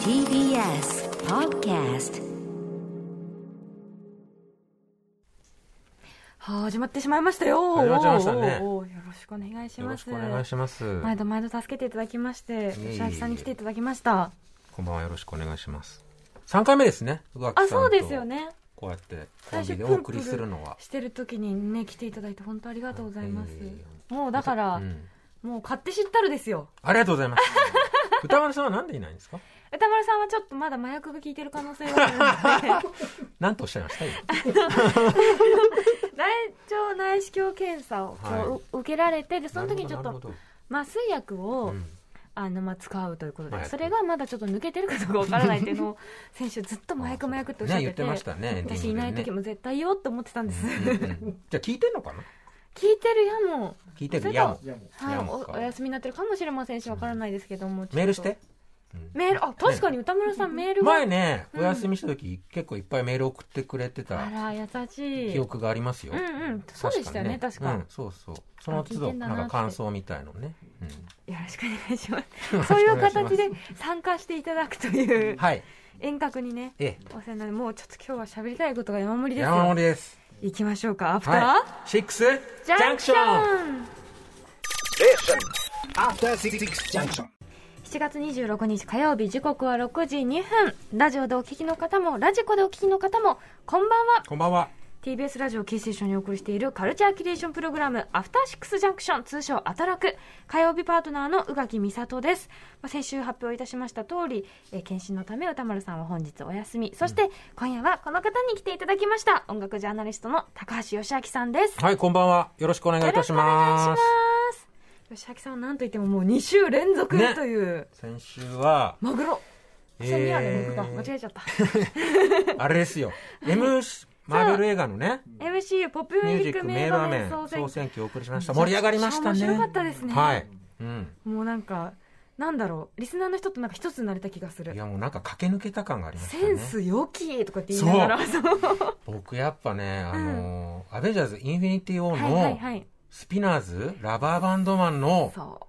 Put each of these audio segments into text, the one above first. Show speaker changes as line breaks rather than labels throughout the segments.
TBS Podcast
はあ始まってしまいましたよ。
始まっちゃいましたね
おーおーおーよろしくお願いし
よろ
ま
し
す。
くお願いします。
毎度毎度助けていただきまして、
えいえ
吉明さんに来ていただきました。
こんばんは、よろしくお願いします。3回目ですね。宇垣さ
あ、
んと
そうですよ。ね。
こうやってコ
最
ン
初
ビでお送りするのは。
してる時にね、来ていただいて本当ありがとうございます
えいえい。
もうだから
う、ん
もう買って知ったるですよ。
ありがとうございます。 歌丸さんはなんでいないんですか
歌丸さんはちょっとまだ麻薬が効いてる可能性があるので、
なんとおっしゃいました今
大腸内視鏡検査をこう
は
受けられて、で、その時にちょっ
なるほ
と
ど
麻酔薬を、
なるほど
あのまあ、使うということで、
はい
それがまだちょっと抜けてるかどうかわからないっていうの を先週ずっと麻薬麻薬っておっしゃってて,、
ね言ってましたねエンディング
私
で
い
ね
ない時も絶対よって思ってたんです、
うんうん うんじゃあ聞いてんのかな
聞いてるやも、
聞いて
それ
る
と
やも。
はい
や
お
もか
お休みになってるかもしれませんしわからないですけども、ちょっと
メールして。うん
メールあ確かに歌村さんメールが
前ね、
うん
お休みした時結構いっぱいメール送ってくれて
あ
た
ら優しい
記憶がありますよ。
うんうんそうでしたよね確か
うん、そうそう。その都
あ聞い
度、
てんだ
な
なっ
ん
て
か感想みたいのね。うん
よろしくお願い しますそういう形で参加していただくという
はい。
遠隔にね
え
お世話になるもうちょっと今日は喋りたいことが山盛り
え、
です
山
よ
盛りです。
行きましょうかアフター、
はい。シックスジ
ジャ
ャ
ン
ン
ク
ク
シ
シ
ョ
ョン
ン
After Six Junction.
7月26日火曜日時刻は6時2分ラジオでお聞きの方もラジコでお聞きの方もこんばんは
こんばんは。
TBS ラジオキーステーションにお送りしているカルチャーキュレーションプログラム「アフターシックスジャンクション」通称「アトラク」火曜日パートナーの宇垣美里です、まあ、先週発表いたしました通り、えー、検診のため歌丸さんは本日お休みそして今夜はこの方に来ていただきました音楽ジャーナリストの高橋義明さんです
はい、こんばんは。よろしくお願いいたし
よろしくお願
ま
い
す。
します義明さんはなんといってももう2週連続
ね
という、
先週は、
マグロ
えー
セミアでマグロ間違えちゃった
あ れですよ。M、マーベル映画のね、
MC ポップミ
ミ
ュー
ュー
ジ
ジ
ッ
ッ
ク
ク
名
名
場
場
面
面
総選
総
挙
選挙をお送りしました。盛り上がりました
面
ね。
白かったですね
はい。うん。
もうなんかなんだろうリスナーの人となんか一つになれた気がする、
いや、もうなんか駆け抜けた感がありましたね。
センス良きとかって言いながらそう
僕やっぱね、あのーアベンジャーズインフィニティ・オー
はいはい
の
はい
スピナーズ、ラバーバンドマンの
そ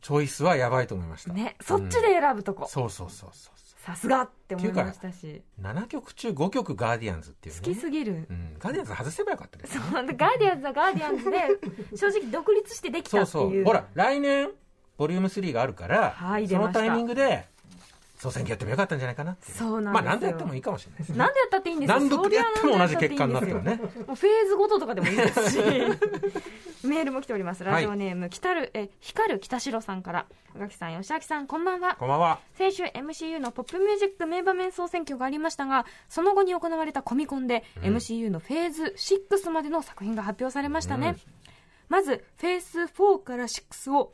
チョイスはやばいと思いました。
うねそっちで選ぶとこ、
そうそうそうそうそ
さすがって思いましたし
う。7曲中5曲ガーディアンズっていうね。
好きすぎる、
うん、ガーディアンズ外せばよかったです。
そうガーディアンズはガーディアンズ で正直独立してでき
そ
た
う
っていう
そう。ほら、来年、ボリューム3があるから、
はい出
そ
ま
の
した
タイミングで、総選挙やってもよかったんじゃないかなっていう
そうなんですよ
まあ、何度やってもいいかもしれないですね。
何でやったっていいんですよ
何度やっても同じ結果になって
そりゃ
る
何度やっていいんですよ
ね。
もうフェーズごととかでもいいです しメールも来ておりますラジオネーム、光るえ光る北城さんから宇垣さん吉明さんこんばんは
こんばんは。
先週 MCU のポップミュージック名場面総選挙がありましたがその後に行われたコミコンで、MCU のフェーズ6までの作品が発表されましたね、
うん
まずフェーズ4から6を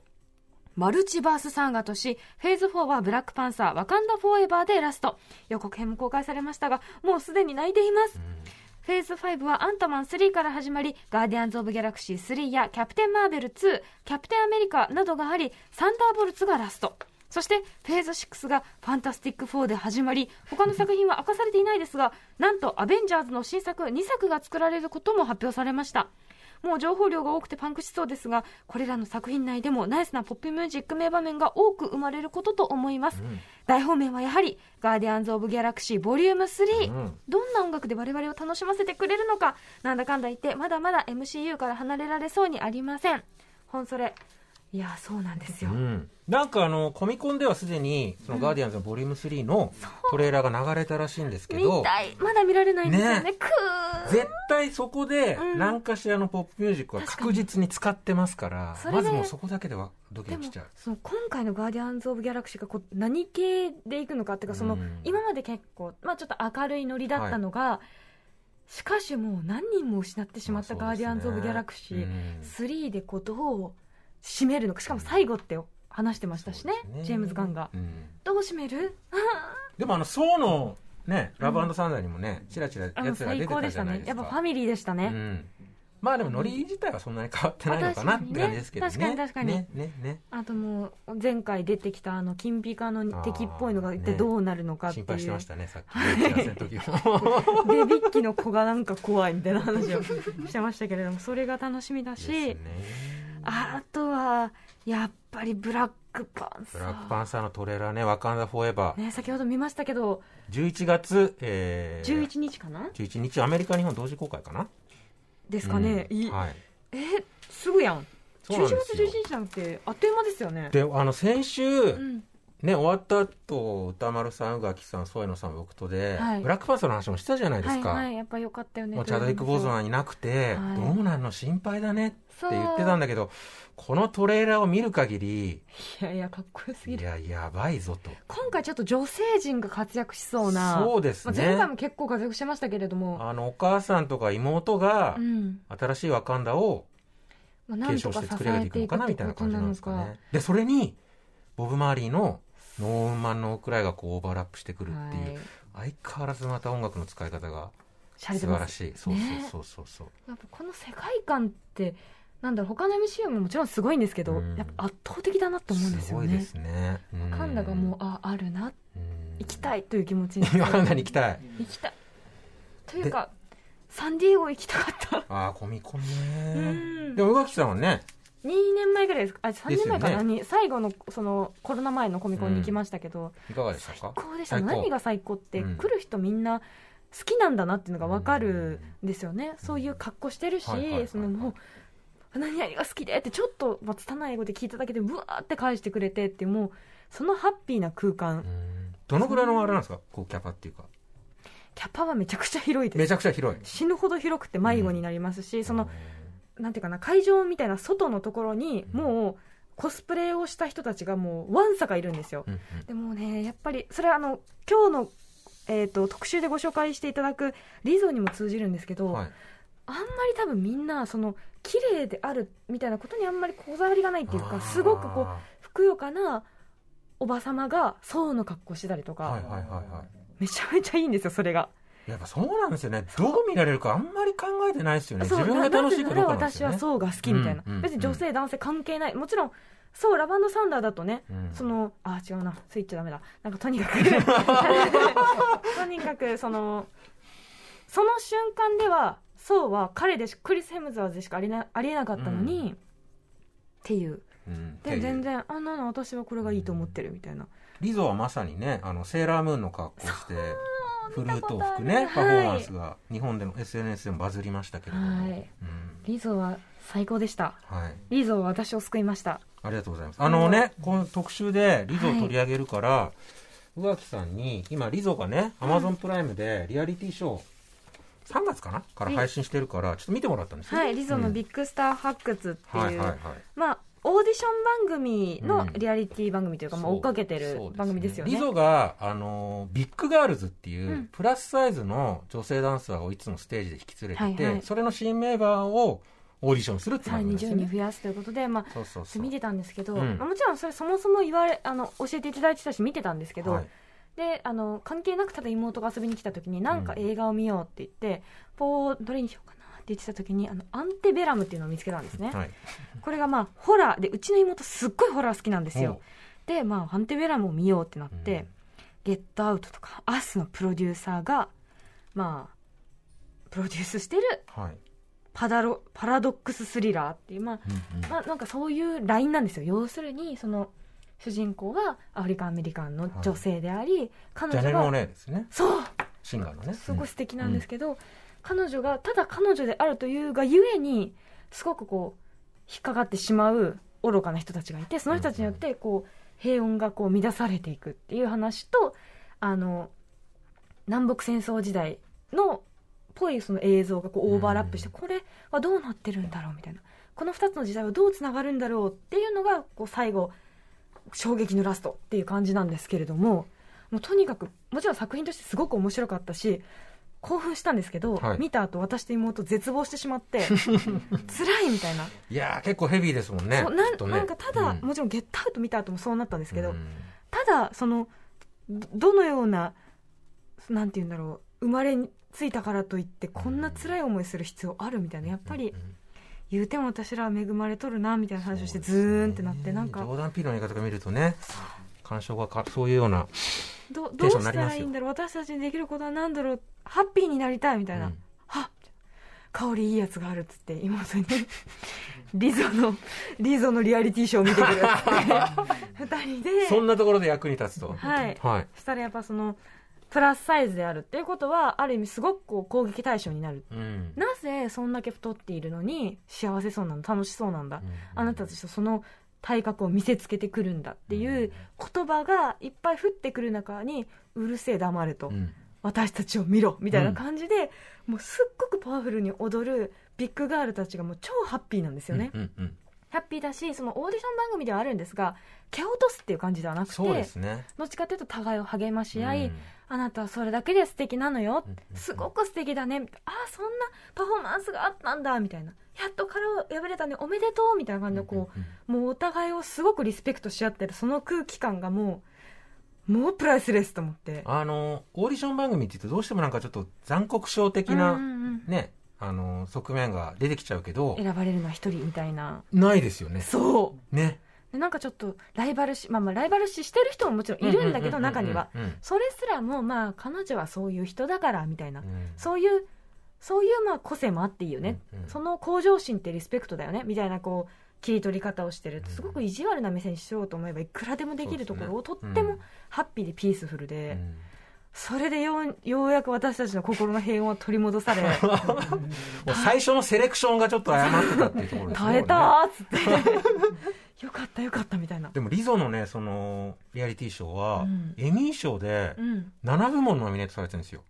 マルチバースサーガとし、フェーズ4はブラックパンサー、ワカンダフォーエバーでラスト。予告編も公開されましたが、もうすでに泣いています。フェーズ5はアントマン3から始まり、ガーディアンズ・オブ・ギャラクシー3やキャプテン・マーベル2、キャプテン・アメリカなどがあり、サンダーボルツがラスト。そして、フェーズ6がファンタスティック4で始まり、他の作品は明かされていないですが、なんとアベンジャーズの新作2作が作られることも発表されました。もう情報量が多くてパンクしそうですが、これらの作品内でもナイスなポップミュージック名場面が多く生まれることと思います。大方面はやはり、ガーディアンズ・オブ・ギャラクシーボリューム3。
うん
どんな音楽で我々を楽しませてくれるのか、なんだかんだ言って、まだまだ MCU から離れられそうにありません。本それ。いや、そうなんですよ。
うん、なんかあのコミコンではすでに「そのガーディアンズ」のボリューム3のトレーラーが流れたらしいんですけ
見
ど
たい。まだ見られないんですよね。
ね
くー。
絶対そこで
うん
何かしらのポップミュージックは確実に使ってますから
それで
まずもうそこだけではドキ
で
ドキ
も
しちゃう
その今回の「ガーディアンズ・オブ・ギャラクシー」がこう何系でいくのかっていうかその、
うん
今まで結構、まあ、ちょっと明るいノリだったのが、しかしもう何人も失ってしまった「
ま
ガ
あ
ーディアンズ・オブ・ギャラクシー」
そ
3でこうどう締めるのかしかも最後って話してましたしね,、
そうですね
ジェームズ・ガンが
うですねうん
どう締める
でもあのソーのねラブサンダーにもねちらちら
あ
や
の
つが
最
出て
高で
た
し
じゃ
た
ない
ね
で
や
す
っぱフ
か
ァミリーでしたね、
うんまあでもノリ自体はそんなに変わってないのかなって感じですけどね
確かにね確かに
ねねね
あともう前回出てきたあの金ピカの敵っぽいのが一体
あー
どうなるのかってい
心
う、
配してましたねさっきの打ち合わせの時も
デビッキの子がなんか怖いみたいな話をしてましたけれどもそれが楽しみだし、
ですね
あとはやっぱりブラックパンサ
ブ
ー
ラックパンサーのトレーラーね、ワカンダフォーエバー。
ね、先ほど見ましたけど
11月、えー、
11日かな
11日、アメリカ、日本同時公開かな
ですかね、
うん
いい
はい。
えすぐやん
そうなん
11
です
月
よ。
11日なんてあっという間ですよね
で、あの、先週
う、ん、
ね、終わった後、歌丸さん、宇垣さん、添野さん、僕とで、
はい
ブラックパンサーの話もしたじゃないで
は
す
い
か。
はいやっぱ良かったよね
もうチャドリック・ボーズマンいなくて、
はい
どうなんの心配だねって
そう
言ってたんだけど、このトレーラーを見る限り、
いやいやかっこよすぎ
い
る
や、やばいぞと。
今回ちょっと女性陣が活躍しそうな
そうです
まあ、前
ね
回。も結構活躍してましたけれども
あの、お母さんとか妹が
う、ん
新しいワカンダを
まあ、なん
継
と
承し
か支
て作り上げ
え
てい
て
く
いく
のかな
って
みたいな
こと
感じ
な
なんで
の
すか
か
ね。で、それに、ボブ・マーリーの、ノーウーマン・ノークライがこうオーバーラップしてくるっていう、相変わらずまた音楽の使い方が
しゃれ
素
て
晴
ま
ら
す
しい。そう
ね
そうそうそう。
やっぱこの世界観ってなんだろう他の MCU ももちろんすごいんですけど、
うん
やっぱ圧倒的だなと思うんです
す
よ
ごいで
ね
すね。うん
カンダがもうああるな
うん
行きたいという気持ち に
ワカンダに行きたい。
行きたいというかサンディエゴ行きたかった
ああ、コミコン
うん
ね。でも、宇垣さんはね、
2年前ぐらいですかあ3年前か
です
な、
よ
に最後のそのコロナ前のコミコンに行きましたけど、
いかがでした
最
か
高でした
最高
何が最高って、
うん
来る人みんな好きなんだなっていうのが分かるんですよね、そういう格好してるし、
はいはいはいはい
そのもう何々が好きでってちょっと、まあ、拙い英語で聞いただけでうわーって返してくれてってもうそのハッピーな空間、
うんどのぐらいのあれなんですかこう、キャパっていうか。
キャパはめちゃくちゃ広いで
め
す
ちゃくちゃ広い。
死ぬほど広くて迷子になりますし、そのなんていうかな会場みたいな外のところに
うん
もうコスプレをした人たちがもうわんさかいるんですよ、
うん、うん
でもね、やっぱり、それはあの、今日の、えっ、と、特集でご紹介していただくリゾにも通じるんですけ
う
ど、
んはい。
あんまり多分みんな、その、綺麗であるみたいなことにあんまりこだわりがないっていう
あー
か、すごくこう、ふくよかなおば様が、層の格好してたりとか、
はいはいはいは
めちゃめちゃいいんですよ、それが。
い。やっぱそうなんですよね。どう見られるかあんまり考えてないですよね。
そう
自分が楽しいかどうか
な
なん
なら
です
私
よ
は
ね。
層が好きみたいな。
うんうんうん
別に女性、男性関係ない。もちろん、そう、ラバンドサンダーだとね、
うん
そのあ違うなスイッチダメだなんかとにか くとにかくそのその瞬間ではそうは彼でしクリス・ヘムズワーズでしかありなありえなかったのに、
うん
っていう
うん
で全。然あんなの私はこれがいいと思ってるみたいな
リゾはまさにね、あの、セーラームーンの格好をして、フルートを吹くね、
見た
パ
こと
フ
ある
ォーマンスが、日本での SNS でもバズりましたけれども。
はい
うん
リゾは最高でした
はい。
リゾは私を救いました
ありがとうございます。あのね、この特集でリゾを取り上げるから、宇垣さんに、今リゾがね、アマゾンプライムでリアリティショー、3月かなから配信してるから、ちょっと見てもらったんですよ。
はいリゾの
うん
ビッグスター発掘っていう、
はいはいはい。
まあオーディション番組
う
の
ん
リアリティ番組というか、まあ、追っかけてる
そう
番組ですよね
リゾが、あのー、ビッグガールズっていう、
うん
プラスサイズの女性ダンサーをいつもステージで引き連れてて、
はいはい
それの新メンバーをオーディションするって
さら
番組
に
です
10
よ
人
ね。
増やすということで、まあ、
そうそうそう。
見てたんですけど、
うん
まあもちろんそれそもそも言われあの教えていただいてたし見てたんですけど、
はい
であの関係なくただ妹が遊びに来た時になんか
うん
映画を見ようって言って、ポーどれにしようかなって言ってた時にあのアンテベラムっていうのを見つけたんですね、
はい。
これがまあホラーでうちの妹すっごいホラー好きなんですよ
ほ
でまあアンテベラムを見ようってなっ
ううん
て、ゲットアウトとかアスのプロデューサーがまあプロデュースしてる
はい。
パダロパラドックススリラーっていうまあ
うんうん
まあ、なんかそういうラインなんですよ要するにその主人公がアフリカンアメリカンの女性であり、彼
ジャネ
女
ル・モ
が、
ネですね。
そう
シンガーのね。
すごい素敵なんですけど、彼女がただ彼女であるというがゆえにすごくこう引っかかってしまう愚かな人たちがいてその人たちによってこう平穏がこう乱されていくっていう話とあの南北戦争時代のぽいその映像がこうオーバーラップして、
う
これはどうなってるんだろうみたいなこの2つの時代はどうつながるんだろうっていうのがこう最後衝撃のラストっていう感じなんですけれどももうとにかくもちろん作品としてすごく面白かったし興奮したんですけど、
はい
見た後私と妹絶望してしまって 辛いみたいな,、
いやー結構ヘビーですもんね。
そうな
ちょっと
ん
ね
なんかただ、
うん
もちろん「ゲットアウト」見た後もそうなったんですけど、
うん
ただそのどどのようななんて言うんだろう生まれついたからといってこんな辛い思いする必要あるみたいなやっぱり
うん
言うても私らは恵まれとるなみたいな話をしてズーンってなってなんか
冗談ピーの映画とか見るとね鑑賞がかそういうような
ど
テ
ど
ン
う
ションに
し
な
た
ります
ら
よ
いいんだろう私たちにできることは何だろうハッピーになりたいみたいな、
うん
はっ香りいいやつがあるっつって妹に リゾの、リゾのリアリティショーを見てくる って二人で、
そんなところで役に立つと。
はい
はい。
そしたらやっぱその、プラスサイズであるっていうことは、ある意味すごくこう攻撃対象になる。
うん。
なぜそんだけ太っているのに幸せそうなんだ、楽しそうなんだ。あなたとしてその体格を見せつけてくるんだっていう言葉がいっぱい降ってくる中に、うるせえ黙れと。
うん。
私たちを見ろみたいな感じで、もうすっごくパワフルに踊るビッグガールたちがもう超ハッピーなんですよね、
うんうんうん
ハッピーだしそのオーディション番組ではあるんですが蹴落とすっていう感じではなくて
そうですね。
どっちかというと互いを励まし合い、
うん
あなたはそれだけで素敵なのよ、
うん
すごく素敵だねああそんなパフォーマンスがあったんだみたいなやっと殻を破れたねおめでとうみたいな感じでこう、
うんうん
もうお互いをすごくリスペクトし合ってるその空気感がもうもうプライスレスと思って
あの、オーディション番組って言うとどうしてもなんかちょっと残酷症的
うん
な、
うんうん
ね、あの、側面が出てきちゃうけど、
選ばれるのは一人みたいな
ないですよね。
そ
ね。
うでなんかちょっとライバル視まあまあライバル視してる人ももちろんいるんだけど
ううう
中には
うんうん
それすらもまあ彼女はそういう人だからみたいな
うん
そういうそういうまあ個性もあっていいよね
うんうん
その向上心ってリスペクトだよねみたいなこう切り取り方をしてるすごく意地悪な目線しようと思えばいくらでもできるところをと
そう
っ
ですね
て
う
も
ん
ハッピーでピースフルで
うん
それでようようやく私たちの心の平穏は取り戻 され
もう最初のセレクションがちょっと誤ってたっていうところですね
耐えた
これね
ーっつってよ かったよかったみたいな
でもリゾのねそのリアリティショーは、
うん
エミー賞で
うん
7部門ノミネートされてるんですよ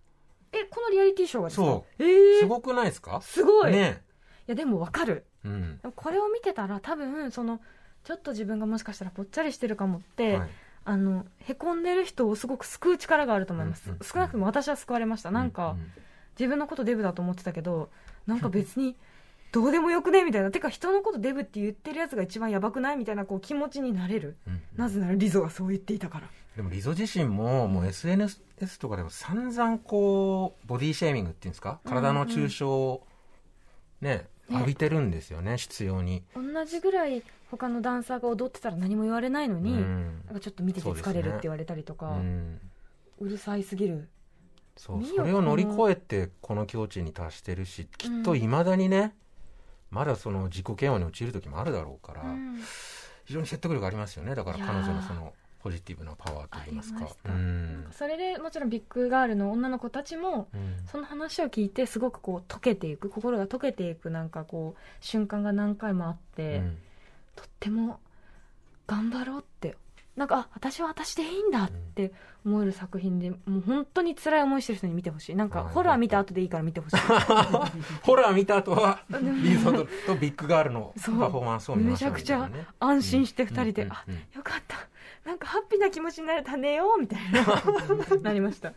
え、このリアリティショーがですか
そ
えー
すごくないですか
すごい。い
ね
や、でもわかる。
うん
でもこれを見てたら、多分、その、ちょっと自分がもしかしたらぽっちゃりしてるかもって、
はい
あの、へこんでる人をすごく救う力があると思います。
うんうんうん
少なくとも私は救われました。なんか、
うん
自分のことデブだと思ってたけど、なんか別に、どうでもよくねみたいな。てか、人のことデブって言ってるやつが一番やばくないみたいな、こう、気持ちになれる。
うんうん
なぜならリゾがそう言っていたから。
でもリゾ自身ももう SNS とかでも散々こうボディシェーミングっていうんですか体の中傷をね、
ね
浴びてるんですよね執拗に、
同じぐらい、他のダンサーが踊ってたら何も言われないの
う
に、
ん
なんかちょっと見てて疲れるって言われたりと
う
か、
ん、
うるさいすぎる
そう
見よ
それを乗り越えてこの境地に達してるしきっといまだにね、まだその自己嫌悪に陥る時もあるだろうから、非常に説得力ありますよねだから
いやー
彼女のそのポジティブなパワーといいます
ありま
か
した
うん
それでもちろんビッグガールの女の子たちも
うん
その話を聞いてすごくこう溶けていく心が溶けていくなんかこう瞬間が何回もあって、
うん
とっても頑張ろうってなんかあ私は私でいいんだって思える作品でもう本当に辛い思いしてる人に見てほしいなんか
はい
ホラー見た後でいいから見てほしい
ホラー見た後はリゾととビッグガールのパ
そう
フォーマンスを見
め
ま
ち
しょ
ゃ
う
く
み
ち
たいな
ゃ
ね
安心して2人で、
うんうん
あ
うん
よかったなんかハッピーな気持ちになれたねよみたい ななりました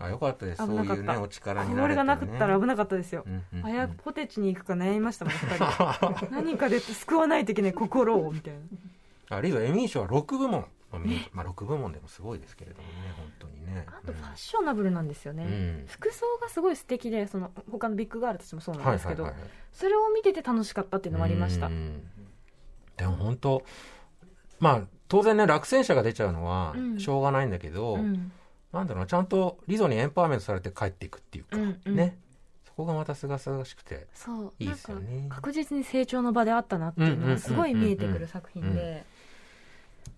あよかったです
危
そう
なかった
いうねお力になれて、ね、
これがなくったら危なかったですよ、
うんうんうん
早くポテチに行くか悩みましたもん2人何かで救わないといけない心をみたいな
あリゾエミー賞は6部門、まあみまあ、6部門でもすごいですけれどもね本当にね
あとファッショナブルなんですよね、
うん
服装がすごい素敵でその他のビッグガールたちもそうなん
はい
です
は
け
い
ど、
はいはい
それを見てて楽しかったっていうのもありました
う、んでも本当まあ当然ね落選者が出ちゃうのは
うん
しょうがないんだけど、
うん
なんだろうなちゃんとリゾにエンパワーメントされて帰っていくっていうか、
うんうん
ねそこがまたすがすがしくて
そう
いいですよね
なんか確実に成長の場であったなっていうのがすごい見えて
うん
く
うんうんう
る
ん
作品で、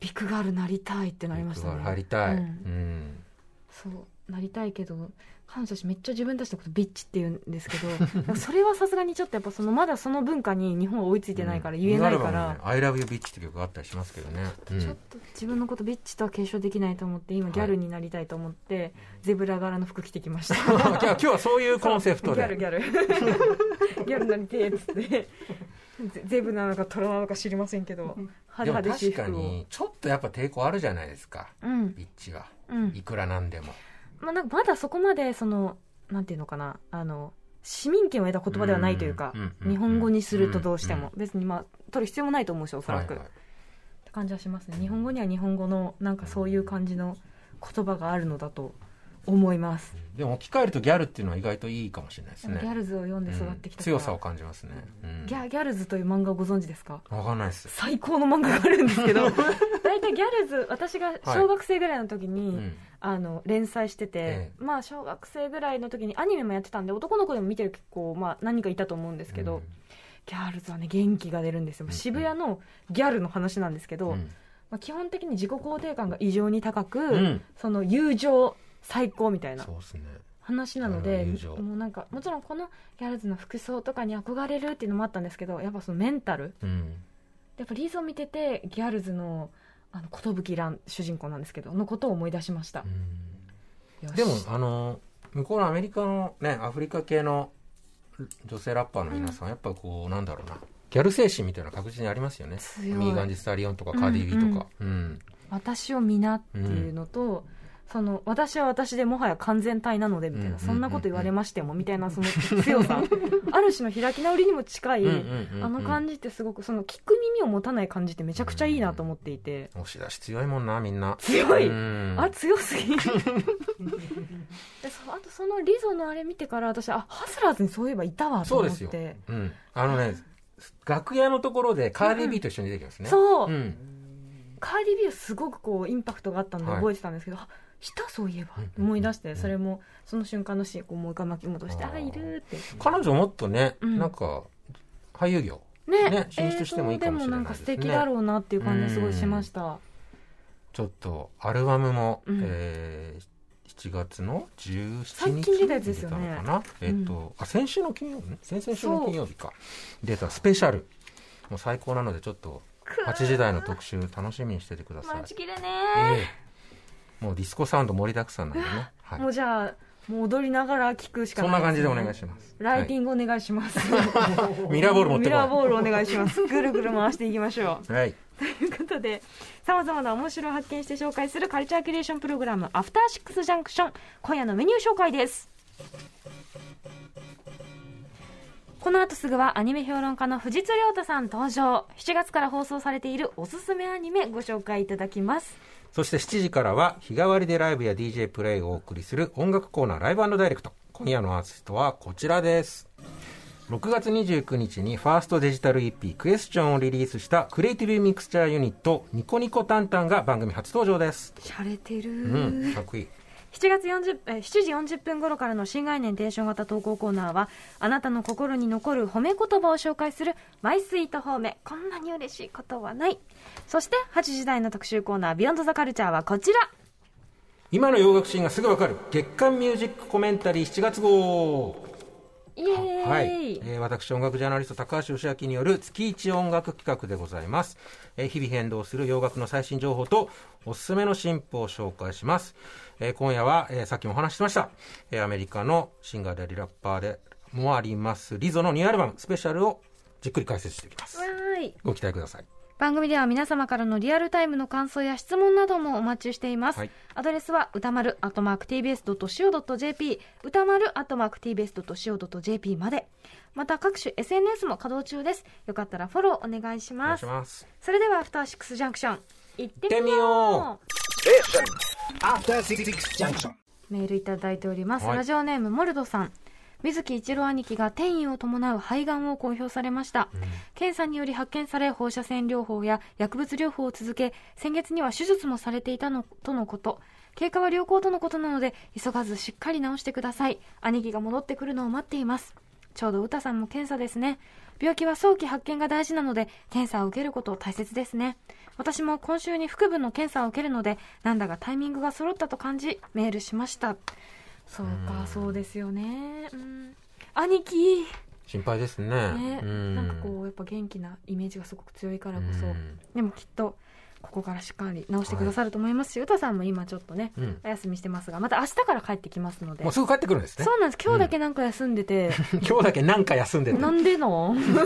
ビッグガールなりたいってなりましたね
僕が入りたい、
う
うんん
そうなりたいけど彼女たちめっちゃ自分たちのことビッチって言うんですけどな んかそれはさすがにちょっとやっぱそのまだその文化に日本は追いついてないから言えないから、
今あればもうね I love you bitch って曲があったりしますけどね
ちょっと自分のことビッチとは継承できないと思って今ギャルになりたいと思って、ゼブラ柄の服着てきました
うん今日は今日はそういうコンセプト
ギャル
で
ギャル ギャルなりてえっつってゼゼブなのかトラなのか知りませんけど
でも
派手しい
確
服
か
を
にちょっとやっぱ抵抗あるじゃないですか
うん
ビッチは、
うん
いくらなんでも
まあ、なんかまだそこまでそのなんていうのかなあの市民権を得た言葉ではないというか
うんうんうん
日本語にするとどうしても別にまあ取る必要もないと思うしおそらく、
はいはい
って感じはしますね日本語には日本語のなんかそういう感じの言葉があるのだと思います、
でも置き換えるとギャルっていうのは意外といいかもしれないです
で
ね
もギャルズを読んで育
う
っ
ん
てきたから、
強さを感じますね、うん、
ギャギャルズという漫画をご存知ですか
わかんないです
最高の漫画があるんですけ ど大体ギャルズ私が小学生ぐらいの時に、
うん
あの連載してて、
ええ
まあ小学生ぐらいの時にアニメもやってたんで男の子でも見てる結構、まあ、何人かいたと思うんですけど、
うん
ギギャルズはね元気が出るんですよ、まあ渋谷のギャルの話なんですけど、
うん
まあ、基本的に自己肯定感が異常に高く、
ん
その友情最高みたいな
そうですね
話なので
あの友情
もうなんかもちろんこのギャルズの服装とかに憧れるっていうのもあったんですけどやっぱそのメンタル
うん
やっぱリーズを見ててギャルズのあの寿蘭主人公なんですけどのことを思い出しました
う、ん
よし
でもあの向こうのアメリカのねアフリカ系の女性ラッパーの皆さん、やっぱこうなんだろうなギャル精神みたいなの確実にありますよね
強い
ミーガン・ジスタリオンとかカーディビーとか、うん
私を見なっていうのと、その私は私でもはや完全体なのでみたいな、
うん
そんなこと言われましてもみたいなその強さある種の開き直りにも近い、
うんうんうんうん
あの感じってすごくその聞く耳を持たない感じってめちゃくちゃいいなと思っていて、
押し出し強いもんなみんな
強い
うん
あ強す ぎでそあとそのリゾのあれ見てから私あハスラーズにそういえばいたわと
そう
思
で
っ
すよ
て。
うん、あのね楽屋のところでカーディビーと一緒に出てきますね、
そう、
ん
カーディビューすごくこうインパクトがあったんで
はい
覚えてたんですけど、あいたそういえば
うんうんうん
思い出してそれもその瞬間のシーンこうもう一回巻き戻して
あー
あいるって
彼女もっとね、
うん
なんか俳優業
ね
ね進出してもいいかもし
映像でも
れない
なんか
で
素
すね
敵だろうなっていう感じがすごいしました
ちょっとアルバムも、
うん
えー7月の17
最
日
近出たやつですよね
出たのかな、えっとあ先週の金曜日ね先々週の金曜日か出たスペシャルもう最高なのでちょっと8時台の特集楽しみにしててください
待ちきれね
ええもうディスコサウンド盛りだくさんなんでね、は
ー
い
もう、じゃあもう踊りながら聞くしか
そん
な
ない感
す
じ
ね
でお願いします
ライティングお願いします、
はい ミラーボール持っ
ミ
てこい
ラーボールお願いしますぐるぐる回していきましょう
はい
ということで、さまざまな面白を発見して紹介するカルチャーキュレーションプログラム、アフターシックスジャンクション、今夜のメニュー紹介です。この後すぐはアニメ評論家の藤津亮太さん登場。7月から放送されているおすすめアニメご紹介いただきます。
そして7時からは日替わりでライブや DJ プレイをお送りする音楽コーナーライブダイレクト。今夜のアーティストはこちらです。6月29日にファーストデジタル EP クエスチョンをリリースしたクリエイティブミクスチャーユニットニコニコタンタンが番組初登場です。
しゃれてる、
うん、かっこいい。
7月40えー7時40分頃からの新概念提唱型投稿コーナーはあなたの心に残る褒め言葉を紹介する「マイスイート褒めこんなに嬉しいことはない」そして8時台の特集コーナー「ビヨンドザカルチャーはこちら
今の洋楽シーンがすぐわかる月刊ミュージックコメンタリー7月号
イエーイ、
はい、えー私音楽ジャーナリスト高橋義明による月一音楽企画でございます、えー日々変動する洋楽の最新情報とおすすめの新譜を紹介します、えー今夜は、えーさっきもお話ししました、えーアメリカのシンガーでありラッパーでもありますリゾのニューアルバムスペシャルをじっくり解説していきます
わーい
ご期待ください
番組では皆様からのリアルタイムの感想や質問などもお待ちしています、
はい
アドレスは歌丸 @tbs.co.jp 歌丸 @tbs.co.jp までまた各種 SNS も稼働中ですよかったらフォローお願いし
お願
ま
いし
す
ます
それではアフターシックスジャンクション行ってみよう
行ってみよ
After Six Junction.
メールいただいております、
はい
ラジオネームモルドさん水木一郎兄貴が転移を伴う肺がんを公表されました、検査により発見され放射線療法や薬物療法を続け先月には手術もされていたのとのこと経過は良好とのことなので急がずしっかり治してください兄貴が戻ってくるのを待っていますちょうど歌さんも検査ですね病気は早期発見が大事なので検査を受けることを大切ですね私も今週に腹部の検査を受けるのでなんだかタイミングが揃ったと感じメールしましたそうかそうですよねうん兄貴
心配ですね
ね
うん
なんかこうやっぱ元気なイメージがすごく強いからこそ
うん
でもきっとここからしっかり直してくださると思いますし、歌さんも今ちょっとね、
うん
お休みしてますがまた明日から帰ってきますので、
もうすぐ帰ってくるんですね
そうなんです今日だけなんか休んでて、
今日だけなんか休んでて
なんでの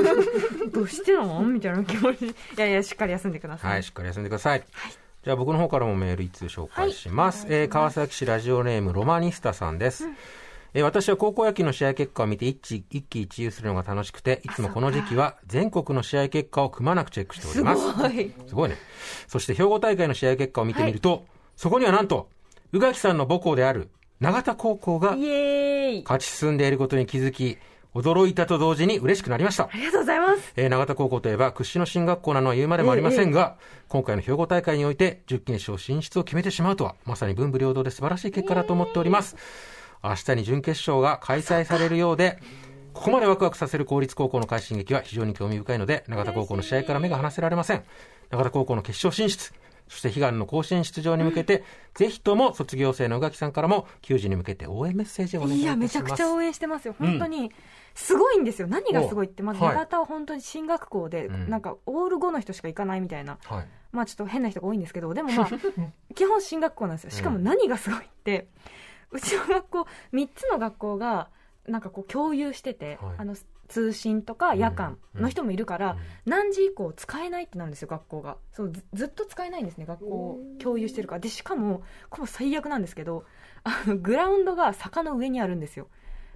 どうしてのみたいな気持ちいやいやしっかり休んでください、
はい、しっかり休んでください。じゃあ僕の方からもメール一通紹介します。えー川崎市ラジオネームロマニスタさんです。えー私は高校野球の試合結果を見て一致一喜一憂するのが楽しくて、いつもこの時期は全国の試合結果をくまなくチェックしております。
すごい
すごいね。そして兵庫大会の試合結果を見てみると、そこにはなんと、宇垣さんの母校である永田高校が
イエーイ
勝ち進んでいることに気づき、驚いたと同時に嬉しくなりました
あ。りがとうございます
えー永田高校といえば屈指の進学校なのは言うまでもありませんが、今回の兵庫大会において10決勝進出を決めてしまうとはまさに文武両道で素晴らしい結果だと思っております、明日に準決勝が開催されるようでここまでワクワクさせる公立高校の快進撃は非常に興味深いので、永田高校の試合から目が離せられません。永田高校の決勝進出、そして悲願の甲子園出場に向けて、ぜひとも卒業生の宇垣さんからも、球児に向けて応援メッセージをお願い
い
いたし
や、
ま
め
す。
ちゃくちゃ応援してますよ。
うん
本当に。すごいんですよ。何がすごいって、まず、
はい
永田は本当に進学校で、
うん
なんか、オール5の人しか行かないみたいな、
はい。
まあちょっと変な人が多いんですけど、でも まあ、基本進学校なんですよ。しかも
うん
何がすごいって、うちの学校、3つの学校が、なんかこう共有してて、
はい
あの、通信とか夜間の人もいるから、
うん
何時以降使えないってなるんですよ学校がそうずずっと使えないんですね学校を共有してるからでしかもこれも最悪なんですけどあのグラウンドが坂の上にあるんですよ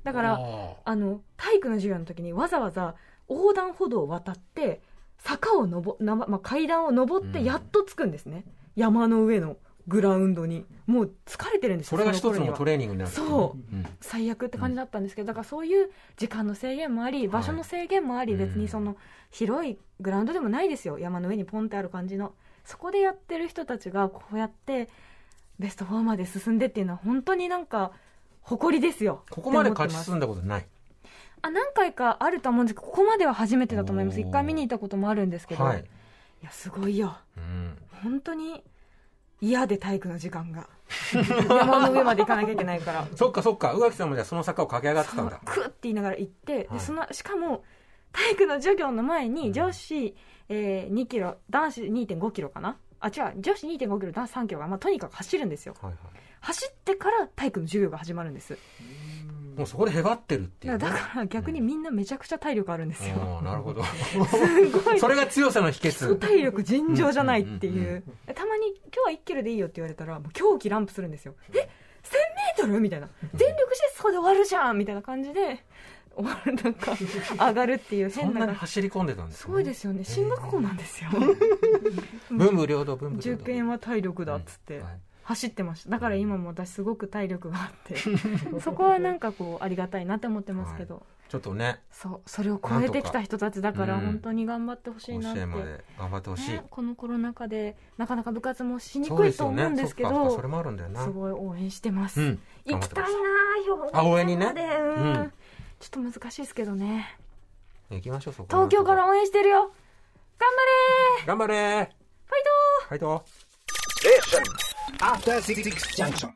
だか
あ
ら
ー
あの体育の授業の時にわざわざ横断歩道を渡って坂をのぼな、まあ、階段を上ってやっと着くんですね、山の上のグラウンドにもう疲れてるんです
そ
よ
れが一
その
つ
頃に
の
は
トレーニングになる。。
そう
うん。
最悪って感じだったんですけど、だからそういう時間の制限もあり、場所の制限もあり、
はい
別にその広いグラウンドでもないですよ、山の上にポンってある感じの、そこでやってる人たちが、こうやってベスト4まで進んでっていうのは、本当になんか、誇りですよ。
ここまで勝
って
ち
思って
進
ま
んだことない。
すあ何回かあると思うんですけど、ここまでは初めてだと思います、
おー
一回見に行ったこともあるんですけど、
はいい、。
や、すごいよ、
うん。
本当に嫌で体育の時間 が、山の上まで行かなきゃいけないから。
そっかそっか。宇垣さんもじゃあその坂を駆け上がってたんだ。
クッて言いながら行って、で
はい
そのしかも体育の授業の前に女子、えー2キロ男子2 5キロかなあ違う女子2 5キロ男子3キロが、まあ、とにかく走るんですよ
はいは
走ってから体育の授業が始まるんです
い。もうそこでへばってるってい
だ
う、
か
ね。
らだから逆にみんなめちゃくちゃ体力あるんですよ、
ああ、な るほど。
すごい
それが強さの秘
基礎
訣。
体力尋常じゃないっていう,、
うんうんうん
たまに「今日は1キロでいいよ」って言われたらもう狂気乱舞するんですよ「え1000メートル?」みたいな「全力してそこで終わるじゃん」みたいな感じで終わるなんか上がるっていう
そ
変
ん
な
なに走り込んでたんです、ね、
すごいですよね進学校なんですよ
文武両道、文武両
受
道。
験は体力だっつって
はい
走ってましただから今も私すごく体力があって そこはなんかこうありがたいなって思ってますけど、
ちょっとね、
そうそれを超えてきた人たちだから
なんとかうん
本当に頑張ってほしい
甲
なっ
子
て、
園まで頑張ってほしい。
ねこのコロナ禍でなかなか部活もしに
そう
く
で
い
す
と
よね。
思うんですけ
そっか
ど
そっかそれもあるんだよな。
すごい応援してます、
うん
行
頑
き
張って
たい
ま
な
す
あ
あ応援にね
うん
うん
ちょっと難しいですけどね
行きましょう、そこ。
東京から。応援してるよ頑張れー
頑張れー
ファイトー
ファイト
After Six Junction.